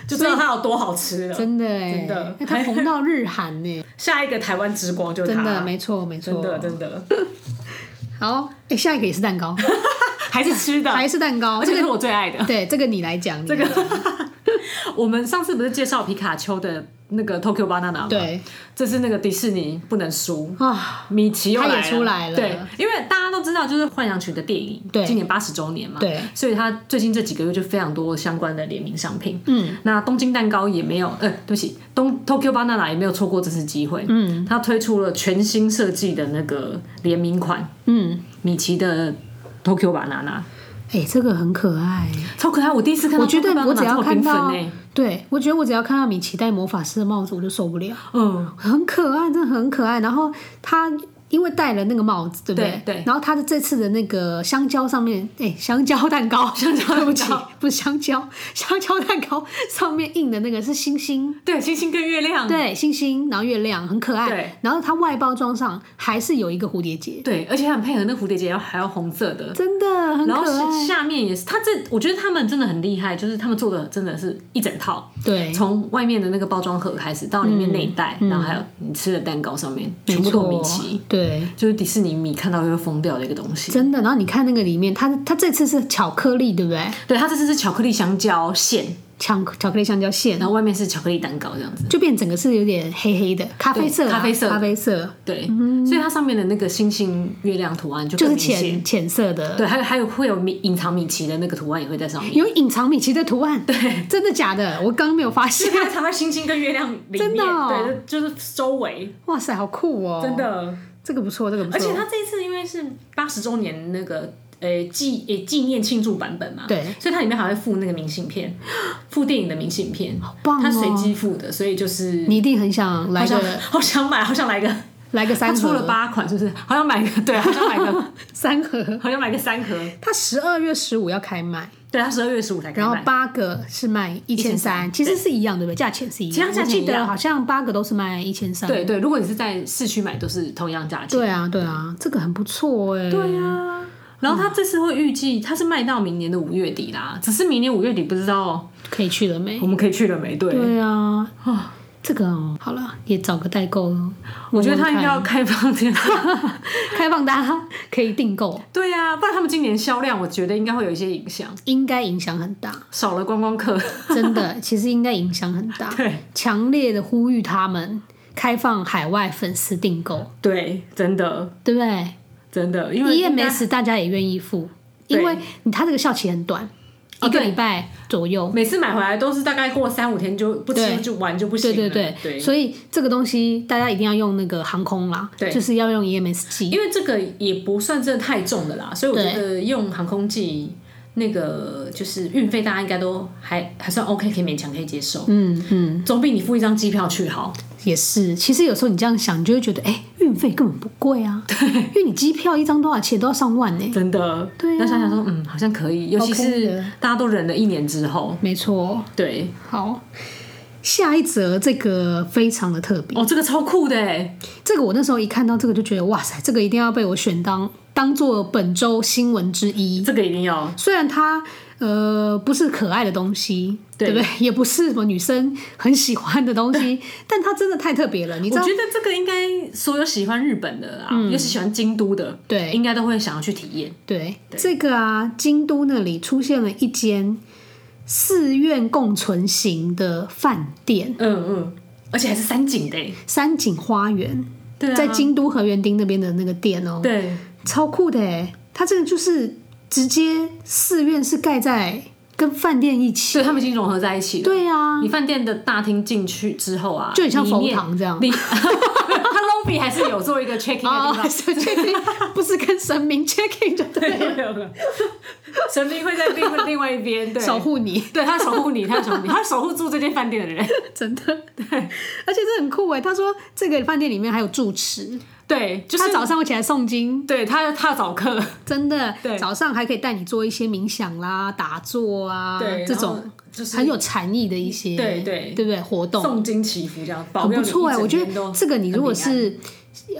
B: 就知道它有多好吃了。
A: 真的哎
B: 真的，
A: 哎他红到日韩 呢，
B: 下一个台湾之光就是
A: 真
B: 它，
A: 的没错没
B: 真
A: 错。
B: 的真的
A: 好，哎，下一个也是蛋 糕，
B: 还是吃的，
A: 还是蛋糕，
B: 而
A: 这
B: 且
A: 个
B: 是我最爱的。
A: 对，这个你来讲，这个
B: 我们上次不是介绍皮卡丘的那个 Tokyo Banana 吗？，
A: 对
B: 这是那个迪士尼不能输，
A: 啊，
B: 米奇又
A: 他也
B: 来了，
A: 出来了
B: 对，因为大家都知道，就是幻想曲的电影，
A: 对
B: 今年八十周年嘛，
A: 对，
B: 所以他最近这几个月就非常多相关的联名商品。
A: 嗯，
B: 那东京蛋糕也没有，呃，对不起，东 Tokyo Banana 也没有错过这次机会。嗯，他推出了全新设计的那个联名款
A: 嗯，
B: 米奇的 Tokyo Banana，
A: 哎，这个很可爱。
B: 超可爱！我第一次看到
A: 我觉
B: Tokyo
A: 得
B: Banana
A: 我只要
B: 这么
A: 看
B: 缤纷
A: 到
B: 欸，
A: 对我觉得我只要看到米奇戴魔法师的帽子，我就受不了。
B: 嗯，
A: 很可爱，真的很可爱。然后他因为戴了那个帽子，对不对？
B: 对对
A: 然后他的这次的那个香蕉上面，哎，香蕉蛋 糕，香
B: 蕉蛋糕
A: 对不起，不是香蕉，香蕉蛋糕上面印的那个是星星。
B: 对，星星跟月亮，
A: 对，星星，然后月亮，很可爱。
B: 嗯对，
A: 然后它外包装上还是有一个蝴蝶结，
B: 对，而且它很配合那蝴蝶结，然后还要红色的，
A: 真的很
B: 然后
A: 可
B: 是
A: 爱。
B: 下面也是，他这我觉得他们真的很厉害，就是他们做的真的是一整套，
A: 对，
B: 从外面的那个包装盒开始，到里面内袋，然后还有你吃的蛋糕上面，全部都有米
A: 嗯没
B: 奇
A: 错，对，
B: 就是迪士尼迷看到会疯掉的一个东西。
A: 真的。然后你看那个里面，它它这次是巧克力，对不对？
B: 对，它这次是巧克力香蕉馅，
A: 巧巧克力香蕉馅，
B: 然后外面是巧克力蛋糕这样子。
A: 就变整个是有点黑黑的，咖啡色啊、
B: 对咖啡色
A: 咖啡色，
B: 对，所以它上面的那个星星、月亮图案就
A: 嗯就
B: 更
A: 是
B: 明显。
A: 浅浅色的，
B: 对，还有还有会有米隐藏米奇的那个图案也会在上面，
A: 有隐藏米奇的图案，对，真的假的？我刚刚没有发 现，
B: 它藏在星星跟月亮里面，
A: 真的哦
B: 对，就是周围，
A: 哇塞，好酷哦！
B: 真，的。
A: 这个不错，这个不错，
B: 而且他这一次因为是八十周年那个呃纪呃纪念庆祝版本嘛，
A: 对，
B: 所以它里面还会附那个明信片，附电影的明信片，好
A: 棒哦
B: 它随机附的，所以就是
A: 你一定很想来
B: 好想
A: 个
B: 好想买，好想来个，
A: 来个
B: 它
A: 三
B: 出
A: 盒，
B: 了八款，是不是？好想买个，对，好想买个，
A: 三盒，
B: 好想买个三盒，
A: 它十二月十五要开卖，
B: 对，它十二月十五才开
A: 然后
B: 卖。
A: 八个是卖一千三，
B: 1300
A: 其实是一样，对不对？价钱是一
B: 其
A: 样，
B: 实价
A: 我
B: 钱
A: 记
B: 一
A: 得
B: 样
A: 好像八个都是卖一千三，
B: 对对，如果你是在市区买，都是同样价钱。
A: 对啊，对啊，这个很不错哎，
B: 对啊，然后它这次会预计它是卖到明年的五月底啦，只是明年五月底不知道
A: 可以去了没
B: 我？们可以去了没？对，
A: 对啊，这个哦，好了，也找个代购 哦。
B: 我觉得
A: 问问
B: 它应该
A: 看
B: 要开放 这样。
A: 开放大家可以订购，
B: 对呀、不然他们今年销量，我觉得应该会有一些影响，
A: 应该影响很大，
B: 少了观光客。
A: 真的，其实应该影响很大。
B: 对
A: 强烈的呼吁他们开放海外粉丝订购，
B: 对，真的
A: 对不对
B: 真的，因为应该
A: ？EMS 大家也愿意付，
B: 对
A: 因为你它这个效期很短，
B: 哦
A: 一个
B: 对
A: 礼拜左右。
B: 每次买回来都是大概过三五天就不吃
A: 对
B: 就玩就不行
A: 对
B: 了。
A: 对
B: 对
A: 对，所以这个东西大家一定要用那个航空啦，
B: 对
A: 就是要用 E EMS
B: 因
A: 机。
B: 为这个也不算真的太重的啦，所以我觉得用航空剂那个就是运费，大家应该都还还算 OK，可以勉强可以接受，
A: 嗯嗯，
B: 总比你付一张机票去好。
A: 也是。其实有时候你这样想，你就会觉得，哎、运费根本不贵啊，因为你机票一张多少钱都要上万呢、
B: 真的，
A: 对啊
B: 那想想说，嗯，好像可以，尤其
A: OK
B: 是
A: 的
B: 大家都忍了一年之后，
A: 没错，
B: 对，
A: 好，下一则这个非常的特别，
B: 哦，这个超酷的哎！
A: 这个我那时候一看到这个就觉得哇塞，这个一定要被我选当当做本周新闻之一。
B: 这个一定要
A: 虽然它呃不是可爱的东西，对不对？也不是什么女生很喜欢的东 西，但它真的太特别了，你知
B: 我
A: 道嗯
B: 觉？得这个应该所有喜欢日本的啊，尤其喜欢京都的，
A: 对
B: 应该都会想要去体验。
A: 对，这个啊，京都那里出现了一间寺院共存型的饭店，
B: 嗯嗯，而且还是三井的欸，
A: 山景花园，
B: 对啊，
A: 在京都河原町那边的那个店哦、
B: 对
A: 超酷的哎！它这个就是直接寺院是盖在跟饭店一起，
B: 所以他们已经融合在一起了。
A: 对啊，
B: 你饭店的大厅进去之后啊，
A: 就很像
B: 里
A: 佛
B: 面
A: 堂这样
B: 里它 lobby 还是有做一个 check in 的地方。
A: 哦 是 checking，不是跟神明 checking 就对
B: 对
A: 了，
B: 没有没有神明会在另另外一边， 对，
A: 守护你，
B: 对他守护你，他守护你，他守护住这间饭店的人。
A: 真的对，而且这很酷哎！他说这个饭店里面还有住持，
B: 对，就是
A: 他早上会起来诵经，
B: 对他他早课，
A: 真的，
B: 对
A: 早上还可以带你做一些冥想啦、打坐啊，这种
B: 就是
A: 很有禅意的一些，
B: 对对
A: 对不对？活动
B: 诵经祈福这样，保
A: 很
B: 佑
A: 不
B: 你
A: 错
B: 一
A: 哎，
B: 整
A: 我觉
B: 年都
A: 得这个你如果
B: 很平
A: 是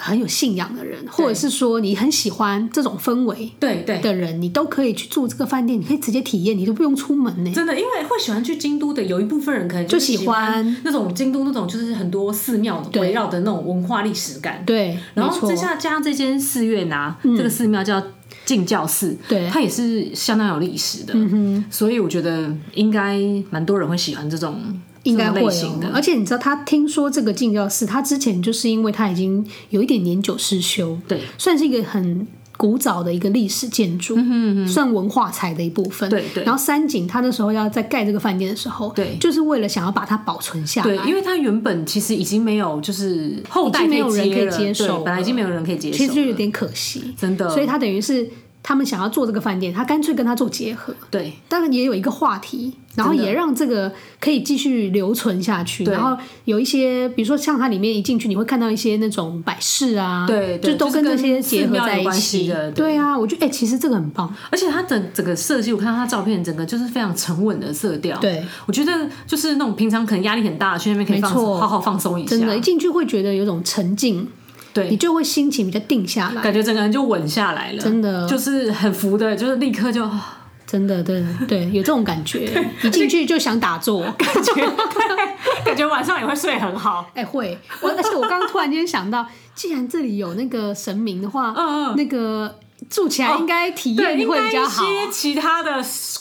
A: 很有信仰的人，或者是说你很喜欢这种氛围
B: 安对对。
A: 的人，你都可以去住这个饭店，你可以直接体验，你都不用出门呢。
B: 真的，因为会喜欢去京都的，有一部分人可能
A: 就是喜
B: 喜欢
A: 欢
B: 那种京都那种，就是很多寺庙
A: 对
B: 围绕的那种文化历史感。
A: 对，
B: 然
A: 没
B: 后
A: 错嗯
B: 这，下加上这间寺院啊，这个寺庙叫静教寺，
A: 对
B: 它也是相当有历史的，嗯、所以我觉得应该蛮多人会喜欢这种
A: 应该
B: 这
A: 会
B: 种类
A: 哦
B: 型的。
A: 而且你知道，他听说这个静教寺，他之前就是因为他已经有一点年久失修，
B: 对
A: 算是一个很。古早的一个历史建筑，
B: 嗯
A: 算文化财的一部分。
B: 对对
A: 然后三井他那时候要在盖这个饭店的时候，
B: 对
A: 就是为了想要把它保存下来
B: 对，。因为它原本其实已经没有，就是后代
A: 已经没有人嗯可以
B: 了
A: 接
B: 对
A: 手
B: 本来已经没有人可以接
A: 其
B: 手
A: 实就有
B: 了，
A: 点可惜。
B: 真的。
A: 所以他等于是他们想要做这个饭店，他干脆跟他做结合，
B: 对
A: 当然也有一个话题，然后
B: 真的
A: 也让这个可以继续留存下去。然后有一些，比如说像它里面一进去，你会看到一些那种摆饰啊，
B: 对对
A: 就都跟
B: 就
A: 这
B: 是
A: 些
B: 跟
A: 结合
B: 寺庙有
A: 在一
B: 关
A: 起
B: 系的对
A: 对啊，我觉得哎、其实这个很棒。
B: 而且它整整个设计，我看到它照片，整个就是非常沉稳的色调。，
A: 对，
B: 我觉得就是那种平常可能压力很大，去那边可以放
A: 没错
B: 松，好好放松一下。
A: 真的，一进去会觉得有种沉静，你
B: 对，
A: 就会心情比较定下来。
B: 感觉整个人就稳下来了，
A: 真的
B: 就是很服的，就是立刻就
A: 真的，对对，有这种感觉， 一进去就想打坐。
B: 感觉 对感觉晚上也会睡很好。
A: 哎、会我，而且我刚刚突然间想到，既然这里有那个神明的话，
B: 嗯嗯哦
A: 那个住起来应该体
B: 对，
A: 验
B: 应
A: 会
B: 该
A: 比较
B: 一
A: 好，啊
B: 些其他的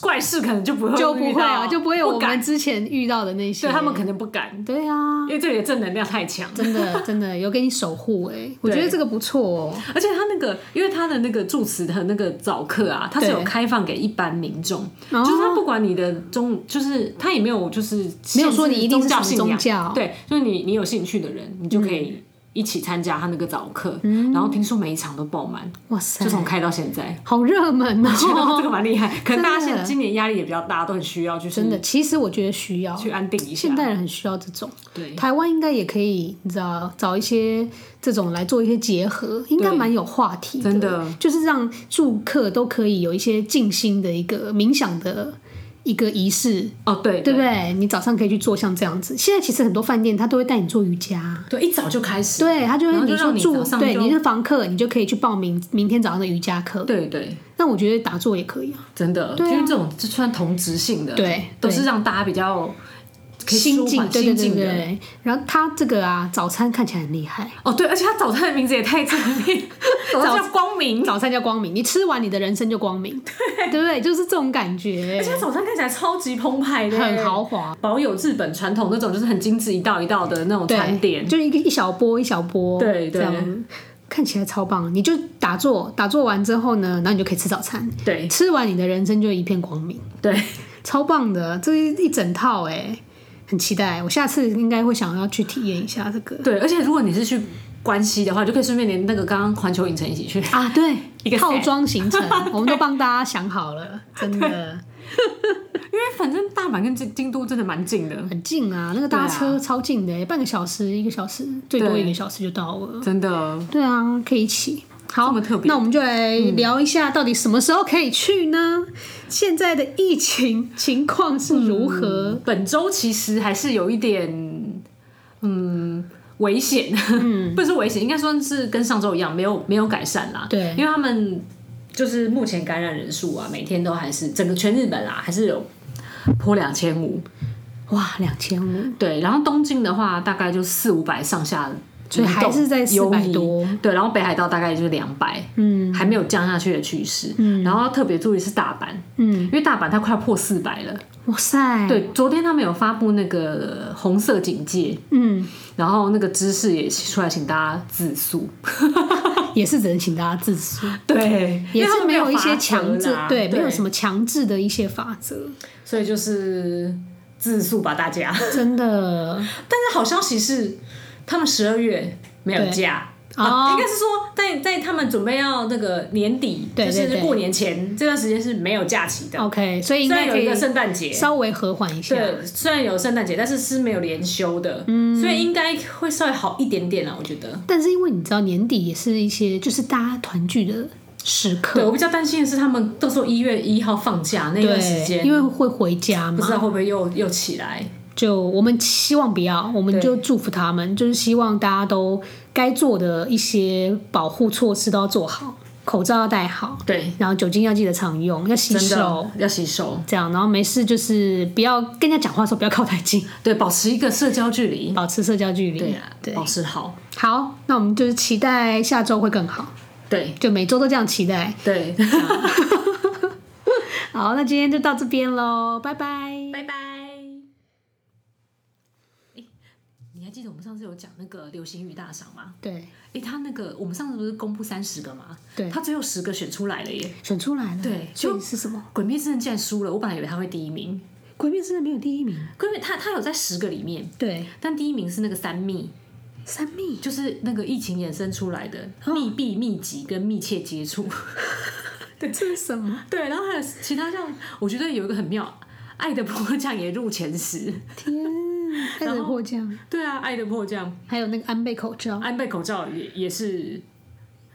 B: 怪事可能就不会
A: 就不
B: 遇
A: 会
B: 到
A: 啊，就不会有我
B: 不敢
A: 们之前遇到的那些。
B: 对他们可能不敢，
A: 对啊
B: 因，为这里的正能量太强。
A: 真 的真的有给你守护哎、我觉得这个不错哦、
B: 而且他那个，因为他的那个住持和那个早课啊，他是
A: 对
B: 有开放给一般民众，
A: 哦
B: 就是他不管你的宗，就是他也没有就是
A: 没有说你一定是
B: 限制
A: 什么宗
B: 宗信仰
A: 教
B: 对，就是你你有兴趣的人，你就可以一起参加他那个早课，
A: 嗯
B: 然后听说每一场都爆满，
A: 哇塞
B: 就，从开到现在。
A: 好热门哦、
B: 觉得这个蛮厉害，可能大家
A: 真的
B: 现在今年压力也比较大，都很需要就是
A: 真的，其实我觉得需要，
B: 去安定一下。
A: 现代人很需要这种。
B: 对
A: 台湾应该也可以，你知道，找一些这种来做一些结合，应该蛮有话题
B: 真的
A: 就是让住客都可以有一些静心的一个冥想的一个仪式，
B: 哦，对
A: 对不对？你早上可以去做像这样子。现在其实很多饭店他都会带你做瑜伽，
B: 对，一早就开始。
A: 对他就
B: 然
A: 会
B: 后就
A: 说
B: 让你
A: 住
B: 早，上
A: 对
B: 就
A: 你是房客，你就可以去报名明天早上的瑜伽课。
B: 对对，
A: 那我觉得打坐也可以啊，
B: 真的，
A: 对啊
B: 因为这种就算同质性的，
A: 对
B: 都是让大家比较可以
A: 心
B: 舒
A: 境，
B: 缓
A: 对对
B: 心
A: 对
B: 境
A: 对
B: 的。
A: 对。然后他这个啊，早餐看起来很厉害。
B: 哦，对，而且他早餐的名字也太正面， 早餐叫光明，
A: 早餐叫光明，你吃完你的人生就光明，对不对？就是这种感觉
B: 而，且他早餐看起来超级澎湃的，
A: 很豪，华。
B: 保有日本传统那种就是很精致一道一道的那种餐
A: 对，
B: 点。
A: 就是一个一小波一小波，
B: 对
A: 这
B: 对
A: 样看起来超棒。你就打坐，打坐完之后呢，然后你就可以吃早餐，
B: 对
A: 吃完你的人生就一片光明，
B: 对，
A: 超棒的。这一整套哎、很期待。我下次应该会想要去体验一下这 个
B: 对，而且如果你是去关西的话，就可以顺便连那个刚刚环球影城一起去。
A: 啊，对
B: 一个，set
A: 套装行程，我们都帮大家想好了，真的
B: 因为反正大阪跟京京都真的蛮近的，
A: 很近啊，那个搭车超欸近的、哎半个小时、一个小时，最多一个小时就到了。
B: 真的。
A: 对啊，可以一起。好
B: 这么特，别嗯
A: 那我们就来聊一下，到底什么时候可以去呢？现在的疫情情况是如何？
B: 本周其实还是有一点，嗯，危险，
A: 嗯
B: 不是危险，应该说是跟上周一样，没有没有改善啦。
A: 对
B: 因为他们
C: 就是目前感染人数啊，每天都还是整个全日本啊，还是有破两千五。
A: 哇，两千五，
B: 对，然后东京的话大概就四五百上下，
A: 所以还是在
B: 游
A: 400
B: 移
A: 多。
B: 对，然后北海道大概就是两百，
A: 嗯
B: 还没有降下去的趋势。嗯，然后特别注意是大阪，
A: 嗯
B: 因，为大阪它快要破四百了。
A: 哇塞，，
B: 对，昨天他们有发布那个红色警戒，
A: 嗯，
B: 然后那个知识也出来，请大家自诉。
A: 也是只能请大家自私，
B: 对，
A: 也
B: 因为他
A: 是
B: 们
A: 没
B: 没
A: 有一
B: 法则
A: 些强制
B: 啦，
A: 对，
B: 对，
A: 没有什么强制的一些法则，
C: 所以就是自诉吧，大家。
A: 真的
C: 但是好消息是，他们十二月没有
A: 对
C: 假。
A: 哦
C: 啊，应该是说在在他们准备要那个年底，
A: 对对
C: 就
A: 对
C: 是过年前这段时间是没有假期的。
A: OK，所以应
C: 虽然
A: 该
C: 有
A: 可
C: 一
A: 以
C: 个圣诞节，
A: 稍微和缓一下。
C: 对，虽然有圣诞节，但是是没有连休的，
A: 嗯
C: 所以应该会稍微好一点点啦，我觉得。
A: 但是因为你知道年底也是一些就是大家团聚的时
C: 对，
A: 刻，
C: 我比较担心的是他们到时候一月一号放假那段时间，
A: 因为会回家
C: 不知道
A: 嘛，
C: 会不会又又起来。
A: 就我们希望不要，我们
C: 对
A: 就祝福他们，就是希望大家都该做的一些保护措施都要做好，口罩要戴好，
C: 对，
A: 然后酒精要记得常用，要洗
C: 真
A: 手
C: 的，要洗手，
A: 这样，然后没事就是不要跟人家讲话的时候不要靠太近，
B: 对，保持一个社交距离。
A: 保持社交距离。
C: 对啊，
A: 对，
C: 保持好，
A: 好，那我们就是期待下周会更好，
C: 对
A: 就每周都这样期 待。
C: 对，
A: 好，那今天就到这边喽，拜拜。
C: 拜拜。
B: 你还记得我们上次有讲那个流行语大赏吗？
A: 对，
B: 诶，他那个我们上次不是公布三十个吗？
A: 对
B: 他最后十个选出来了耶。
A: 选出来了。
B: 对
A: 所以
B: 就是
A: 什么？
B: 《鬼灭之刃》竟然输了，我本来以为他会第一名，
A: 《鬼灭之刃》没有第一名。
B: 因为他他有在十个里面，
A: 对，
B: 但第一名是那个三密，
A: 三密
B: 就是那个疫情衍生出来的
A: 哦
B: 密闭、密集跟密切接触。
A: 对，这是什么？
B: 对，然后还有其他像，我觉得有一个很妙，爱的迫降也入前十。
A: 天，开始迫降，
B: 对啊，爱的迫降，
A: 还有那个安倍口罩，
B: 安倍口罩也也是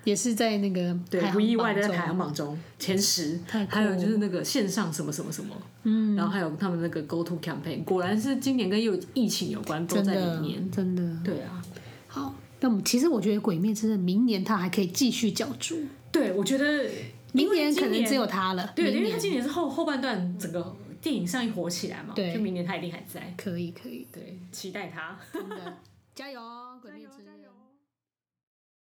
A: 也是在那个
B: 对
A: 排
B: 不
A: 行
B: 意外的
A: 榜
B: 在
A: 中
B: 排行榜中前十
A: 太，酷
B: 还有就是那个线上什么什么什么，嗯，然后还有他们那个 Go To Campaign，果然是今年跟有疫情有关都
A: 真
B: 在
A: 的
B: 里面。
A: 真的
B: 对啊，
A: 好。那我们其实我觉得《鬼灭之刃》明年它还可以继续角逐，
C: 对，我觉得
A: 明年
C: 因为今
A: 可能只有它了。
C: 对，
A: 明
C: 因为他
A: 年
C: 今年是后后半段整个电影上映火起来嘛，
A: 对
C: 就明年他一定还在，
A: 可以可以，
C: 对，期待他。
A: 真的加油哦，《鬼灭之刃》。